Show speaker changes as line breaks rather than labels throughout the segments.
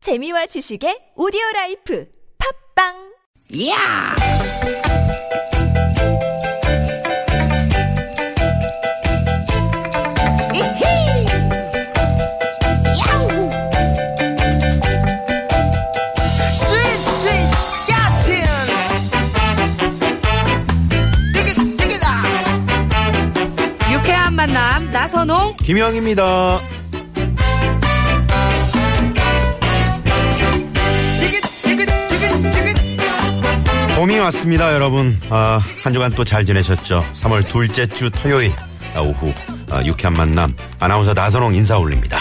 재미와 지식의 오디오 라이프 팝빵
이야! 이히! 야우! 스윗, 스윗, 야틴! 띠깃, 띠깃아!
유쾌한 만남 나선홍
김영입니다.
띠깃, 띠깃, 띠깃, 띠깃!
봄이 왔습니다, 여러분. 아, 한 주간 또 잘 지내셨죠? 3월 둘째 주 토요일 아, 오후 아, 유쾌한 만남 아나운서 나선홍 인사 올립니다.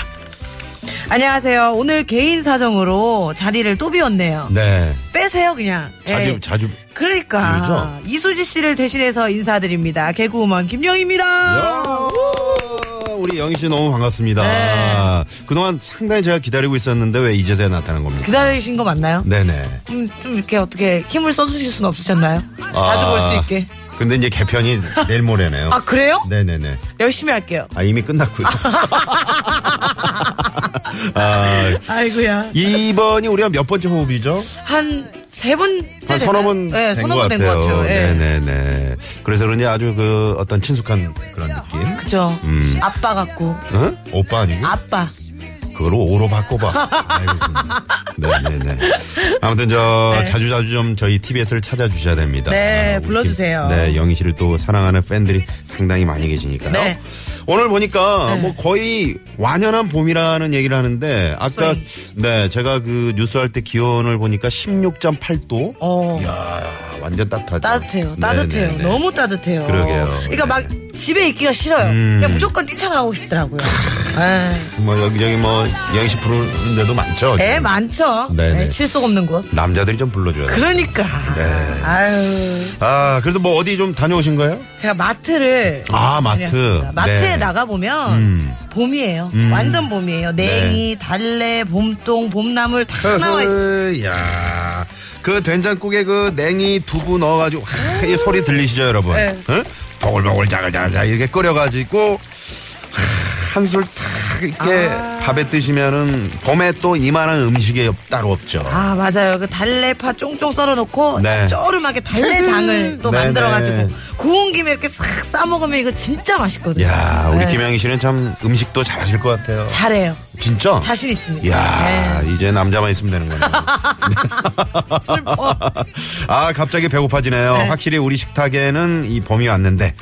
안녕하세요 오늘 개인 사정으로 자리를 또 비웠네요
네.
빼세요 그냥
자주
예.
자주
그러니까
비우죠?
이수지 씨를 대신해서 인사드립니다 개그우먼 김영입니다
야, 우! 우리 영희 씨 너무 반갑습니다. 아, 그동안 상당히 제가 기다리고 있었는데 왜 이제서야 나타난 겁니까?
네. 기다리신 거 맞나요?
네네.
좀, 좀 이렇게 어떻게 힘을 써주실 수는 없으셨나요?
아.
자주 볼 수 있게
근데 이제 개편이 내일 모레네요.
아 그래요?
네네네.
열심히 할게요
아 이미 끝났고요. 아,
아이고야
이번이 우리가 몇 번째 호흡이죠?
한 세 번,
한 서너 번
네,
된
서너
것
번 된 것
같아요.
같아요. 예.
네네네. 그래서 그런지 아주 그 어떤 친숙한 그런 느낌.
그죠.
음.
아빠 같고,
응? 오빠 아니고?
아빠.
그걸 오로 바꿔봐. 알겠습니다. 네네네. 아무튼 저 자주 자주 좀 저희 TBS를 찾아주셔야 됩니다.
네,
아, 우리
불러주세요.
김- 네, 영희 씨를 또 사랑하는 팬들이 상당히 많이 계시니까요.
네.
오늘 보니까 뭐 거의 완연한 봄이라는 얘기를 하는데 아까
소리.
네 제가 그 뉴스 할 때 기온을 보니까 16.8도.
어.
야 아, 완전 따뜻하죠.
따뜻해요.
네네네.
따뜻해요. 너무 따뜻해요.
그러게요. 네. 음.
그러니까 막 집에 있기가 싫어요. 그냥 무조건 뛰쳐나가고 싶더라고요. 예. 에이,
뭐 여기저기 뭐 영식 부르는 데도 많죠.
애 예, 많죠.
네네. 네.
네, 실속 없는 곳.
남자들이 좀 불러줘야 돼.
그러니까. 아유,
아 그래도 뭐 어디 좀 다녀오신 거예요?
제가 마트를
아,
다녔습니다.
마트.
마트에
네.
나가 보면
음.
봄이에요.
음. 네.
완전 봄이에요. 냉이, 달래, 봄동, 봄나물 다 나와 있어.
허허, 야. 그 된장국에 그 냉이 두부 넣어가지고 하, 이 소리 들리시죠 여러분?
네.
응? 보글보글 자글자글 이렇게 끓여가지고 한술 탁 이렇게
아.
밥에 드시면은 봄에 또 이만한 음식이 없- 따로 없죠.
아 맞아요. 그 달래파 쫑쫑 썰어놓고
네.
쪼름하게 달래장을 또
네네.
만들어가지고 구운 김에 이렇게 싹 싸먹으면 이거 진짜 맛있거든요.
야 우리
네.
김양희 씨는 참 음식도 잘하실 것 같아요.
잘해요.
진짜?
자신 있습니다.
야
네.
이제 남자만 있으면 되는 거네요.
슬퍼.
아 갑자기 배고파지네요. 확실히 우리 식탁에는 이 봄이 왔는데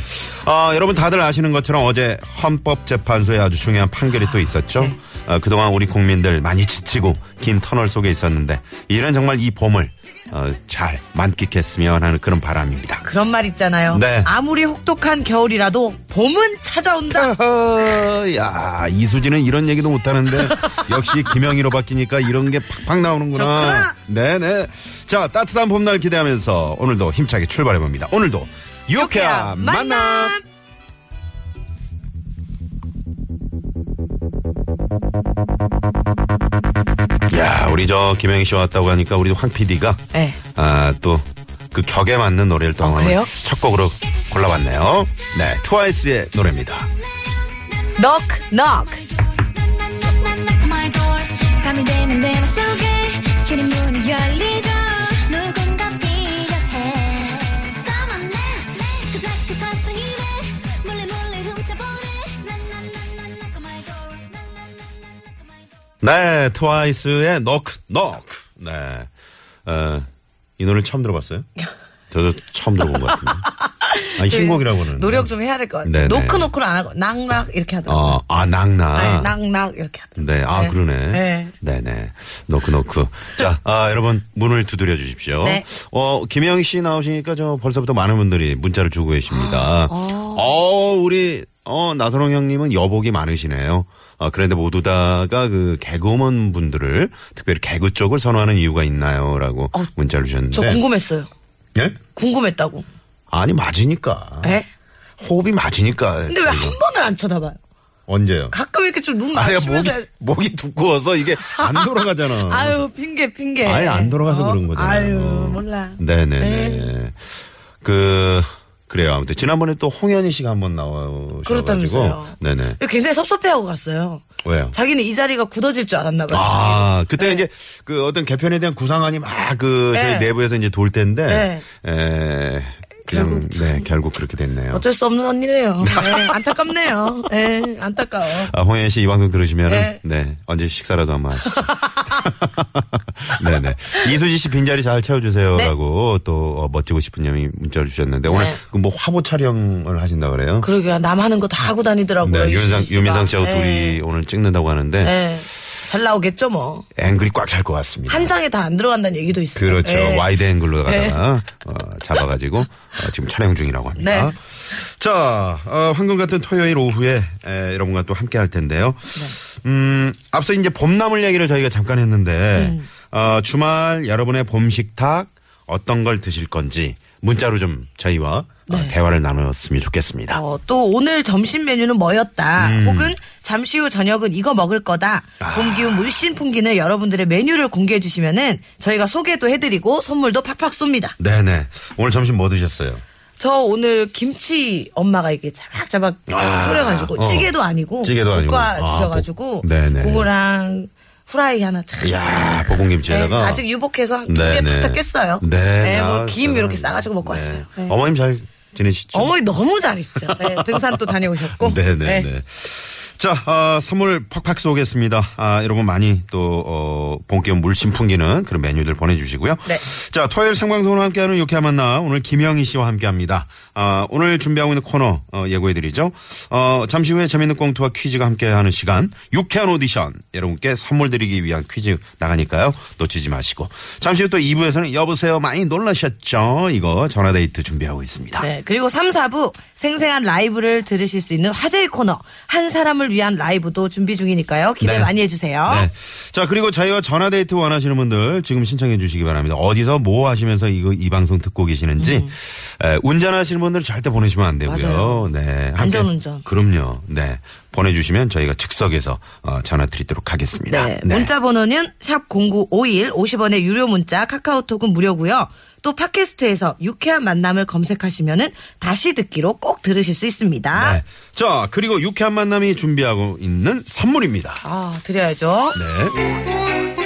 아, 여러분 다들 아시는 것처럼 어제 헌법재판소의 아주 중요한 판결이 또 있었죠. 어, 그동안 우리 국민들 많이 지치고 긴 터널 속에 있었는데 이런 정말 이 봄을 어, 잘 만끽했으면 하는 그런 바람입니다.
그런 말 있잖아요.
네.
아무리 혹독한 겨울이라도 봄은 찾아온다.
허허, 야 이수진은 이런 얘기도 못하는데 역시 김영희로 바뀌니까 이런 게 팍팍 나오는구나.
좋구나.
네네. 자 따뜻한 봄날 기대하면서 오늘도 힘차게 출발해 봅니다. 오늘도 유쾌한 만남. 야 우리 저 김영희 씨 왔다고 하니까 우리 황 PD가 아,
네.
아또그 격에 맞는 노래를 또 오늘
그래요?
첫 곡으로 골라봤네요. 네 트와이스의 노래입니다.
넉, 넉.
밤이 되면 내 맘속에 주린 문이 열리죠 누군가 필요해 Someone else 그 작은 선생님을 몰래 몰래 훔쳐보네 난난난난 나고 말고 난난난난 나고 말고
네, 트와이스의 너크 너크. 네, 어, 이 노래 처음 들어봤어요? 저도 처음 들어본 것 같은데. 아니 신곡이라고는.
그 노력 좀 해야 될 것 같아요.
네네.
노크노크를 안 하고, 낙낙 이렇게 하더라고요.
어, 아
네,
낙나.
낙낙 이렇게 하더라고요.
네, 아
네.
그러네.
네.
네, 네. 너크 너크. 자, 아 여러분 문을 두드려 주십시오.
네.
어 김영 씨 나오시니까 저 벌써부터 많은 분들이 문자를 주고
아,
계십니다. 어, 우리 어 나선홍 형님은 여복이 많으시네요. 어, 그런데 모두 다가 그 개그우먼 분들을 특별히 개그 쪽을 선호하는 이유가 있나요?라고
어,
문자를 주셨는데.
저 궁금했어요.
예?
궁금했다고.
아니 맞으니까.
예?
호흡이 맞으니까.
근데 왜 한 번을 안 쳐다봐요?
언제요?
가끔 이렇게 좀 눈
아, 내가
마주치면서.
목이, 목이 두꺼워서 이게 안 돌아가잖아.
아유, 핑계, 핑계.
아예 안 돌아가서
예. 어?
네.
예.
그런 거잖아요.
아유, 몰라.
네네네. 그, 그래요. 아무튼 지난번에 또 홍현희 씨가 한번 나오셔가지고
그렇다면서요.
네네
굉장히 섭섭해하고 갔어요.
왜요?
자기는 예. 이 자리가 굳어질 줄 알았나 봐요.
아, 그때 이제 그 어떤 개편에 대한 구상안이 막 그 저희
네.
내부에서 이제 돌 때인데,
네.
에, 그냥,
결국
네, 결국 그렇게 됐네요.
어쩔 수 없는 언니네요. 네, 안타깝네요. 네, 안타까워.
아, 홍현 씨 이 방송 들으시면은,
네.
네, 언제 식사라도 한번 하시죠. 네네. 이수지 씨 빈자리 잘 채워주세요라고 또 어, 멋지고 싶은 형이 문자를 주셨는데, 오늘
네.
그뭐 화보 촬영을 하신다 그래요?
그러게요. 남 하는 거 다 하고 다니더라고요.
네, 유민상,
뭐 이수지 씨가.
유민상 씨하고
네.
둘이 오늘 찍는다고 하는데,
네. 잘 나오겠죠, 뭐.
앵글이 꽉 찰 것 같습니다.
한 장에 다 안 들어간다는 얘기도 있어요.
그렇죠.
네.
와이드 앵글로 가다가 어, 잡아가지고 어, 지금 촬영 중이라고 합니다.
네.
자, 어, 황금 같은 토요일 오후에 에, 여러분과 또 함께 할 텐데요.
네.
음, 앞서 이제 봄나물 얘기를 저희가 잠깐 했는데
음.
어, 주말 여러분의 봄 식탁 어떤 걸 드실 건지 문자로 좀 저희와
네.
어, 대화를 나눴으면 좋겠습니다.
어, 또 오늘 점심 메뉴는 뭐였다.
음.
혹은 잠시 후 저녁은 이거 먹을 거다.
아.
봄 기운 물씬 풍기는 여러분들의 메뉴를 공개해 주시면은 저희가 소개도 해드리고 선물도 팍팍 쏩니다.
네네. 오늘 점심 뭐 드셨어요?
저 오늘 김치 엄마가 이게 자박자박
아.
졸여가지고
어.
찌개도 아니고
찌개도 아니고.
볶아
아,
주셔가지고
볶- 네네.
그거랑 후라이 하나 참
이야, 볶음김치에다가.
네, 아직 유복해서 한두개
네네.
부탁했어요.
네.
네,
아,
뭐김 이렇게
네.
싸가지고 먹고
네.
왔어요. 네.
어머님 잘 지내시죠?
어머니 너무 잘했죠. 네, 등산 또 다녀오셨고.
네네네.
네.
자, 아, 선물 팍팍 쏘겠습니다. 아, 여러분 많이 또, 어, 본격 물씬 풍기는 그런 메뉴들 보내주시고요.
네.
자, 토요일 생방송으로 함께하는 유쾌한 만나 오늘 김영희 씨와 함께합니다. 아, 오늘 준비하고 있는 코너 어, 예고해드리죠. 어, 잠시 후에 재밌는 꽁트와 퀴즈가 함께하는 시간 유쾌한 오디션 여러분께 선물 드리기 위한 퀴즈 나가니까요. 놓치지 마시고 잠시 후 또 2부에서는 여보세요 많이 놀라셨죠? 이거 전화데이트 준비하고 있습니다.
네, 그리고 3, 4부 생생한 라이브를 들으실 수 있는 화제의 코너 한 사람을 위한 라이브도 준비 중이니까요. 기대
네.
많이 해주세요.
네. 자, 그리고 저희와 전화데이트 원하시는 분들 지금 신청해 주시기 바랍니다. 어디서 뭐 하시면서 이거, 이 방송 듣고 계시는지. 에, 운전하시는 분들 절대 보내시면 안 되고요.
음. 맞아요.
네. 함께-
안전운전.
그럼요. 네. 보내주시면 저희가 즉석에서 어, 전화 드리도록 하겠습니다.
네, 문자 번호는 샵 0951 50원의 유료 문자 카카오톡은 무료고요. 또 팟캐스트에서 유쾌한 만남을 검색하시면은 다시 듣기로 꼭 들으실 수 있습니다.
네. 자, 그리고 유쾌한 만남이 준비하고 있는 선물입니다.
아, 드려야죠.
네.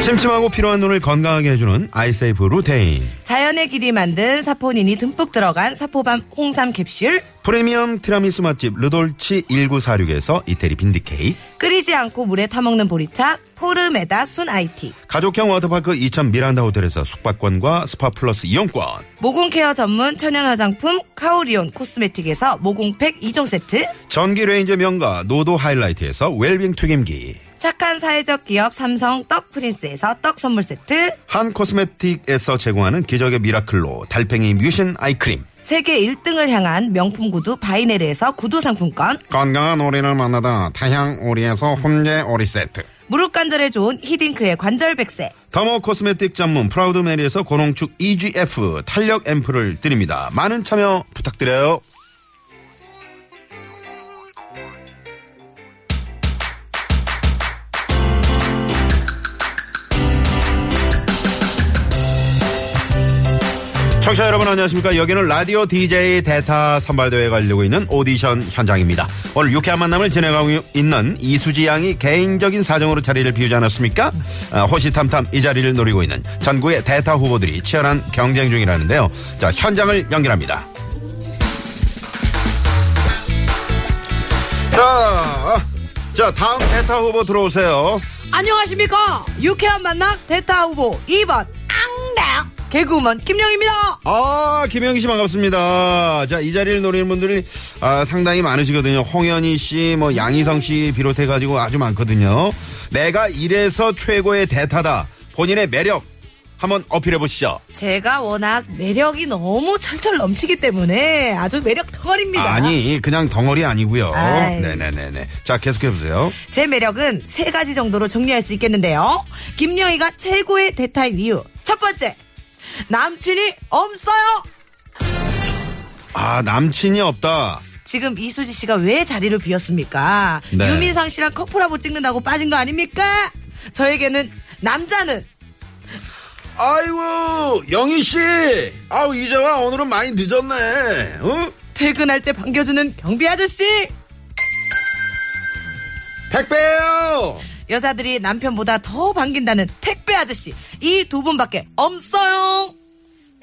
심심하고 필요한 눈을 건강하게 해주는 아이세이프 루테인.
자연의 길이 만든 사포닌이 듬뿍 들어간 사포밤 홍삼 캡슐
프리미엄 티라미수 맛집 르돌치 1946에서 이태리 빈디케이크
끓이지 않고 물에 타먹는 보리차 포르메다 순 아이티
가족형 워터파크 이천 미란다 호텔에서 숙박권과 스파 플러스 이용권
모공케어 전문 천연화장품 카오리온 코스메틱에서 모공팩 2종 세트
전기 레인저 명가 노도 하이라이트에서 웰빙 튀김기
착한 사회적 기업 삼성 떡 프린스에서 떡 선물 세트
한 코스메틱에서 제공하는 기적의 미라클로 달팽이 뮤신 아이크림
세계 1등을 향한 명품 구두 바이네르에서 구두 상품권
건강한 오리를 만나다 타향 오리에서 혼재 오리 세트
무릎 관절에 좋은 히딩크의 관절 백세
더모 코스메틱 전문 프라우드 메리에서 고농축 EGF 탄력 앰플을 드립니다 많은 참여 부탁드려요 청취자 여러분 안녕하십니까. 여기는 라디오 DJ 대타 선발대회에 걸리고 있는 오디션 현장입니다. 오늘 유쾌한 만남을 진행하고 있는 이수지 양이 개인적인 사정으로 자리를 비우지 않았습니까? 아, 호시탐탐 이 자리를 노리고 있는 전국의 대타 후보들이 치열한 경쟁 중이라는데요. 자, 현장을 연결합니다. 자, 어, 자 다음 대타 후보 들어오세요.
안녕하십니까 유쾌한 만남 대타 후보 2번 앙당 개그우먼 김영입니다
아, 김영희 씨 반갑습니다. 자, 이 자리를 노리는 분들이 아, 상당히 많으시거든요. 홍현희 씨, 뭐 양희성 씨 비롯해가지고 아주 많거든요. 내가 이래서 최고의 대타다. 본인의 매력 한번 어필해 보시죠.
제가 워낙 매력이 너무 철철 넘치기 때문에 아주 매력 털입니다
아니, 그냥 덩어리 아니고요.
아이.
네네네네. 자, 계속해 보세요.
제 매력은 세 가지 정도로 정리할 수 있겠는데요. 김영희가 최고의 대타인 이유. 첫 번째, 남친이 없어요.
아, 남친이 없다.
지금 이수지 씨가 왜 자리를 비웠습니까?
네.
유민상 씨랑 커플하고 찍는다고 빠진 거 아닙니까? 저에게는 남자는
아이고 영희 씨, 아우 이제와 오늘은 많이 늦었네. 응?
퇴근할 때 반겨주는 경비 아저씨.
택배요.
여자들이 남편보다 더 반긴다는 택배 아저씨. 이 두 분밖에 없어요.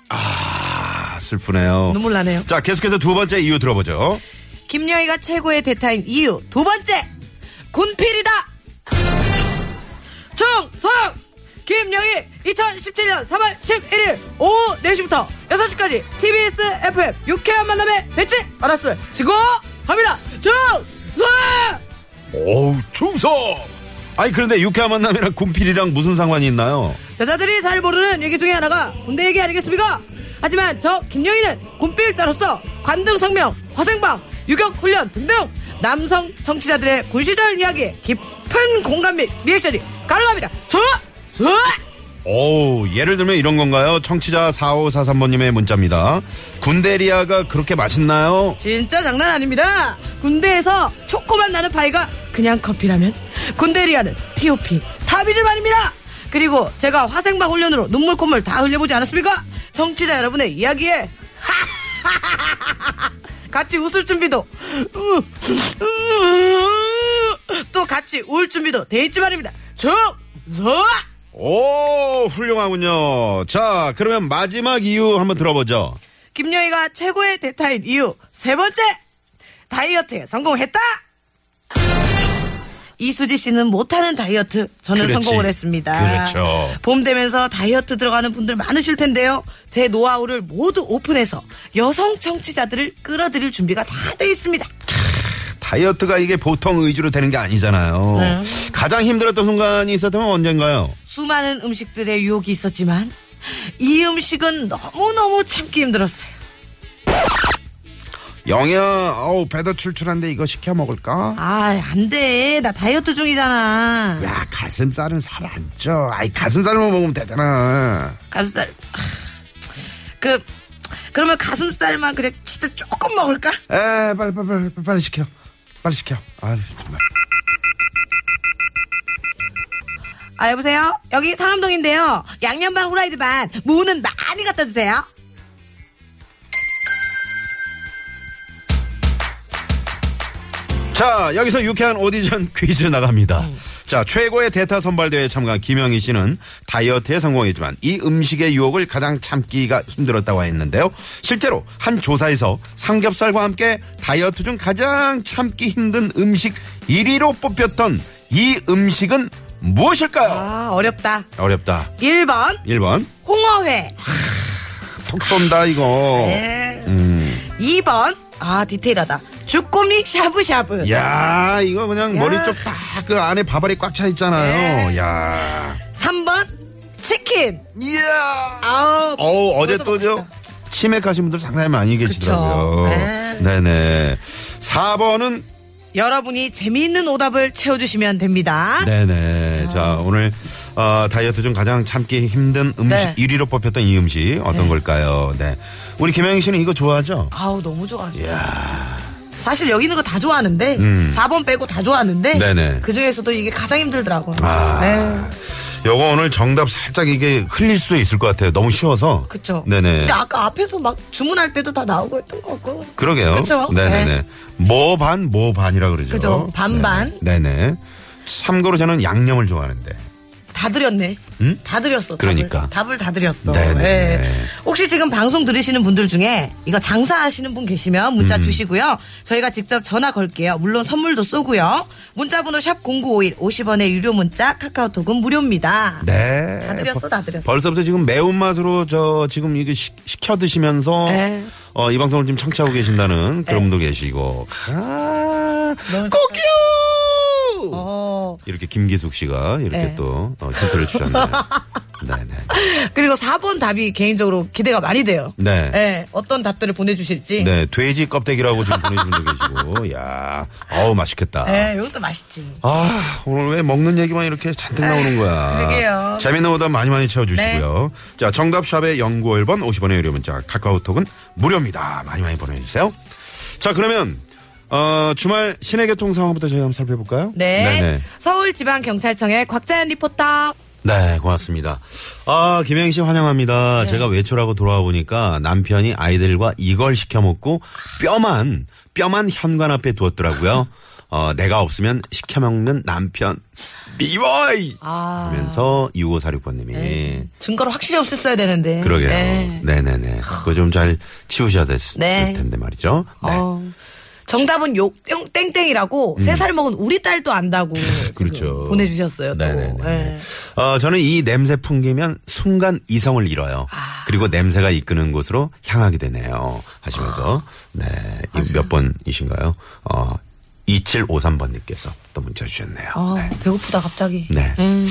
아 슬프네요.
눈물 나네요.
자 계속해서 두 번째 이유 들어보죠.
김여희가 최고의 대타인 이유 두 번째 군필이다 충성 김여희 2017년 3월 11일 오후 4시부터 6시까지 TBS FM 유쾌한 만남에 배치 알았음을 지고 합니다 충성
어우 충성. 아니 그런데 유쾌한 만남이랑 군필이랑 무슨 상관이 있나요?
여자들이 잘 모르는 얘기 중에 하나가 군대 얘기 아니겠습니까? 하지만 저 김영희는 군필자로서 관등 성명, 화생방, 유격 훈련 등등 남성 정치자들의 군 시절 이야기에 깊은 공감 및 리액션이 가능합니다. 저, 저.
어우, 예를 들면 이런 건가요? 청취자 4543번님의 문자입니다. 군대리아가 그렇게 맛있나요?
진짜 장난 아닙니다. 군대에서 초코맛 나는 파이가 그냥 커피라면 군대리아는 TOP 탑이지만입니다. 그리고 제가 화생방 훈련으로 눈물 콧물 다 흘려보지 않았습니까? 정치자 여러분의 이야기에 같이 웃을 준비도 또 같이 울 준비도 돼 있지 말입니다. 저저
오, 훌륭하군요. 자, 그러면 마지막 이유 한번 들어보죠.
김여희가 최고의 대타인 이유 세 번째 다이어트에 성공했다. 이수지 씨는 못하는 다이어트 저는
그렇지.
성공을 했습니다.
그렇죠.
봄 되면서 다이어트 들어가는 분들 많으실 텐데요. 제 노하우를 모두 오픈해서 여성 청취자들을 끌어들일 준비가 다 돼 있습니다.
다이어트가 이게 보통 의지로 되는 게 아니잖아요. 가장 힘들었던 순간이 있었다면 언젠가요?
수많은 음식들의 유혹이 있었지만 이 음식은 너무너무 참기 힘들었어요.
영희야, 어우, 배도 출출한데 이거 시켜 먹을까?
아, 안 돼. 나 다이어트 중이잖아.
야, 가슴살은 살 안 쪄. 아이, 가슴살만 먹으면 되잖아.
가슴살. 아, 그 그러면 가슴살만 그냥 진짜 조금 먹을까?
에, 빨리, 빨리, 빨리, 빨리 시켜. 빨리 시켜. 아유, 정말.
아 여보세요. 여기 상암동인데요. 양념 반 후라이드 반 무는 많이 갖다 주세요.
자, 여기서 유쾌한 오디션 퀴즈 나갑니다. 자, 최고의 대타 선발대회에 참가한 김영희 씨는 다이어트에 성공했지만 이 음식의 유혹을 가장 참기가 힘들었다고 했는데요. 실제로 한 조사에서 삼겹살과 함께 다이어트 중 가장 참기 힘든 음식 1위로 뽑혔던 이 음식은 무엇일까요?
아 어렵다.
어렵다.
1번
1번.
홍어회.
턱 쏜다, 이거.
에.
음.
네. 2번 아 디테일하다. 주꾸미 샤브샤브.
야, 이거 그냥
야. 예.
머리 쪽 딱 그 안에 밥알이 꽉 차 있잖아요. 야.
3번 치킨.
이야.
아우.
어우, 어제
벌써
또요.
먹겠다.
치맥하신 분들 상당히 많이 계시더라고요.
그쵸. 네.
네네. 4번은
여러분이 재미있는 오답을 채워주시면 됩니다.
네네.
아.
자 오늘 어, 다이어트 중 가장 참기 힘든 음식
네.
1위로 뽑혔던 이 음식 어떤 걸까요? 네. 우리 김영희 씨는 이거 좋아하죠?
아우 너무 좋아하죠.
이야.
사실 여기 있는 거 다 좋아하는데
음.
4번 빼고 다 좋아하는데
네네.
그 중에서도 이게 가장 힘들더라고요.
아.
네.
요거 오늘 정답 살짝 이게 흘릴 수도 있을 것 같아요. 너무 쉬워서.
그쵸.
네네.
근데 아까 앞에서 막 주문할 때도 다 나오고 했던 것 같고.
그러게요.
그쵸?
네네네.
네.
뭐 반, 뭐 반이라 그러죠.
그죠. 반반.
네네. 네네. 참고로 저는 양념을 좋아하는데.
다 드렸네.
음?
다 드렸어. 답을.
그러니까.
답을, 다 드렸어.
네네.
혹시 지금 방송 들으시는 분들 중에 이거 장사하시는 분 계시면 문자
음.
주시고요. 저희가 직접 전화 걸게요. 물론 선물도 쏘고요. 문자번호 샵0951 50원의 유료 문자 카카오톡은 무료입니다.
네.
다 드렸어, 다 드렸어.
벌써부터 지금 매운맛으로 저 지금 이게 시, 시켜 드시면서
네.
어, 이 방송을 지금 청취하고 계신다는 그런 분도 계시고. 아, 꼭요!
어.
이렇게 김기숙 씨가 이렇게
네.
또 어, 힌트를 주셨네요. 네네.
그리고 4번 답이 개인적으로 기대가 많이 돼요.
네.
예, 어떤 답들을 보내주실지.
네, 돼지 껍데기라고 지금 보내주신 분도 계시고, 야, 어우 맛있겠다.
예, 이것도 맛있지.
아, 오늘 왜 먹는 얘기만 이렇게 잔뜩 나오는 거야.
그러게요. 네.
재밌는 오답 많이 많이 채워주시고요. 자, 정답샵의 0951번 50원의 유료 문자, 카카오톡은 무료입니다. 많이 많이 보내주세요. 자, 그러면, 어, 주말 시내 교통 상황부터 저희 한번 살펴볼까요?
네.
네네.
서울지방경찰청의 곽자연 리포터.
네, 고맙습니다. 아, 김혜영 씨
네.
환영합니다. 제가 외출하고 돌아와 보니까 남편이 아이들과 이걸 시켜 먹고 뼈만, 뼈만 현관 앞에 두었더라고요. 어, 내가 없으면 시켜 먹는 남편. 미워이!
아.
하면서 6546번님이.
증거를 확실히 없앴어야 되는데.
그러게요.
네.
네네네. 그거 좀 잘 치우셔야 됐을
네.
텐데 말이죠. 네.
어. 정답은 요 땡- 땡땡이라고 세 살 먹은 우리 딸도 안다고 지금
음. 그렇죠.
보내주셨어요. 또.
네네네.
예.
어, 저는 이 냄새 풍기면 순간 이성을 잃어요.
아.
그리고 냄새가 이끄는 곳으로 향하게 되네요. 하시면서,
아.
네. 이 몇 번이신가요? 어, 2753번님께서 또 문자 주셨네요.
아,
네.
배고프다 갑자기.
네.
음.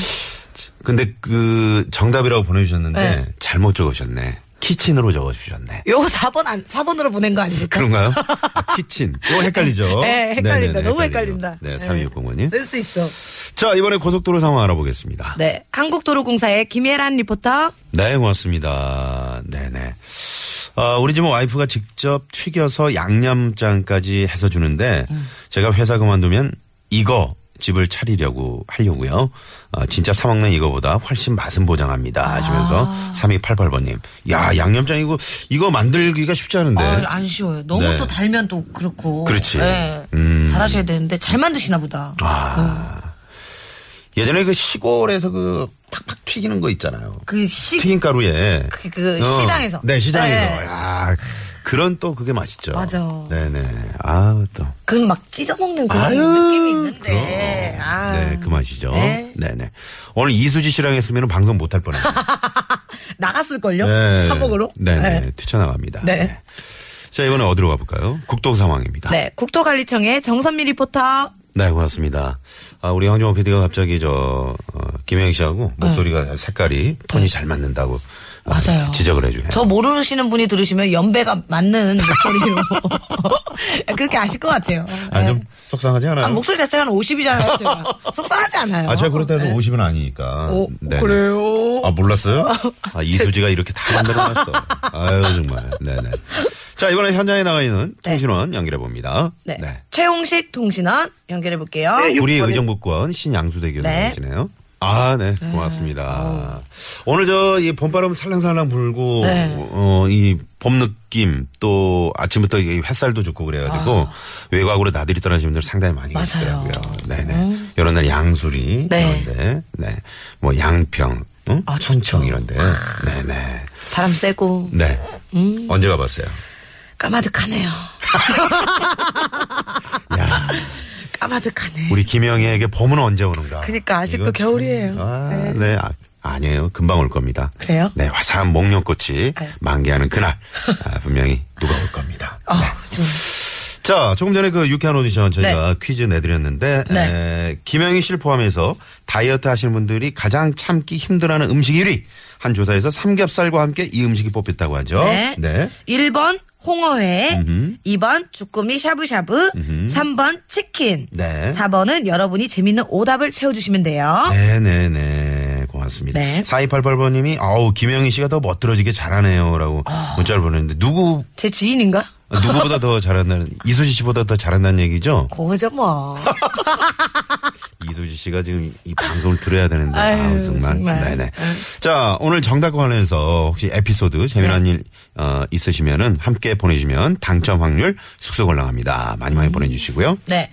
근데 그 정답이라고 보내주셨는데
네.
잘못 적으셨네. 키친으로 적어주셨네.
요거 4번 안 4번으로 보낸 거 아니실까?
그런가요? 아, 키친. 이거 헷갈리죠?
네, 헷갈린다.
네네네,
너무
헷갈리죠.
헷갈린다.
네,
네.
3260번님.
센스 있어.
자, 이번에 고속도로 상황 알아보겠습니다.
네, 한국도로공사의 김예란 리포터.
네, 고맙습니다. 네네. 어, 우리 집은 와이프가 직접 튀겨서 양념장까지 해서 주는데
음.
제가 회사 그만두면 이거 집을 차리려고 하려고요. 어, 진짜 사먹는 이거보다 훨씬 맛은 보장합니다.
아.
하시면서 3288번님. 야, 양념장 이거, 이거 만들기가 쉽지 않은데.
아, 안 쉬워요. 너무
네.
또 달면 또 그렇고.
그렇지.
예.
음.
잘하셔야 되는데 잘 만드시나 보다.
아. 예전에 그 시골에서 그 팍팍 튀기는 거 있잖아요.
그 시,
튀김가루에
그- 그 시장에서.
네 시장에서
네.
야 그런 또 그게 맛있죠.
맞아.
네네 아또
그막 찢어먹는 그런
아유,
느낌이 있는데. 아.
네그 맛이죠.
네.
네. 네 오늘 이수지 씨랑 했으면 방송 못 할 뻔했어요.
나갔을걸요?
네.
사복으로?
네네
네.
튀쳐나갑니다.
네.
자 이번에 어디로 가볼까요? 국도 상황입니다.
네, 국토관리청의 정선미 리포터.
네, 고맙습니다. 아, 우리 황정호 PD가 갑자기 저, 어, 김혜영 씨하고 목소리가 색깔이 톤이 잘 맞는다고 어,
음. 네. 맞아요.
지적을 해주네요.
저 모르시는 분이 들으시면 연배가 맞는 목소리로. 그렇게 아실 것 같아요.
아,
네.
좀 속상하지 않아요?
아, 목소리 자체가 한 50이잖아요. 제가. 속상하지 않아요.
아, 제가 그렇다 해서 50은 아니니까.
네. 오,
네네.
그래요?
아, 몰랐어요? 아, 이수지가 이렇게 다 만들어놨어. 아유, 정말. 네네. 자, 이번에 현장에 나가 있는
네.
통신원 연결해 봅니다.
네. 최홍식 통신원 연결해 볼게요.
네, 우리 의정부권 신양수대교
네.
나오시네요. 아, 네. 고맙습니다. 오늘 저, 이 봄바람 살랑살랑 불고,
네.
어, 이 봄 느낌, 또 아침부터 이 햇살도 좋고 그래가지고, 외곽으로 나들이 떠나시는 분들 상당히 많이
아. 맞아요. 음.
계시더라고요. 네네. 이런 날 양수리,
네.
이런데, 네. 뭐 양평, 응?
아, 음.
천청 이런데, 네네.
바람 쐬고
네. 언제 가봤어요?
까마득하네요.
야,
까마득하네.
우리 김영희에게 봄은 언제 오는가?
그러니까 아직도
이거 참-
겨울이에요.
아,
네.
네. 아, 니에요 금방 올 겁니다.
그래요?
네, 화사한 목련꽃이
아유.
만개하는 그날 아, 분명히 누가 올 겁니다.
아, 좀
자, 조금 전에 그 유쾌한 오디션 저희가 퀴즈 내드렸는데
네.
에, 김영희 씨를 포함해서 다이어트 하시는 분들이 가장 참기 힘들어하는 음식 1위 한 조사에서 삼겹살과 함께 이 음식이 뽑혔다고 하죠.
네. 1번 홍어회, 2번 주꾸미 샤브샤브, 3번 치킨,
네.
4번은 여러분이 재밌는 오답을 채워주시면 돼요.
네네네. 고맙습니다.
네.
4288번님이, 아우, 김영희 씨가 더 멋들어지게 잘하네요. 라고
아.
문자를 보냈는데, 누구,
제 지인인가?
아, 누구보다 더 잘한다는, 이수지 씨보다 더 잘한다는 얘기죠?
그거죠 뭐.
이수지 씨가 지금 이 방송을 들어야 되는데, 아
아유,
정말.
정말.
네네.
응.
자, 오늘 정답과 관련해서 혹시 에피소드,
네.
재미난 일, 어, 있으시면은 함께 보내주시면 당첨 확률 숙소 올라갑니다. 많이 많이 보내주시고요.
네.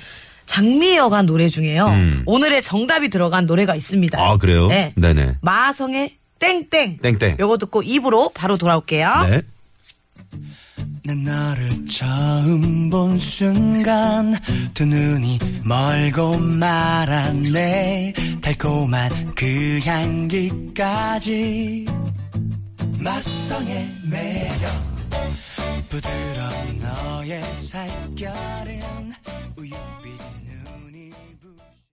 장미여가 노래 중에요. 오늘의 정답이 들어간 노래가 있습니다.
음. 아, 그래요?
네.
네네.
마성의 땡땡.
땡땡.
요거 듣고 입으로 바로 돌아올게요.
네.
난 나를 처음 본 순간 두 눈이 멀고 말았네 달콤한 그 향기까지 맛성의 매력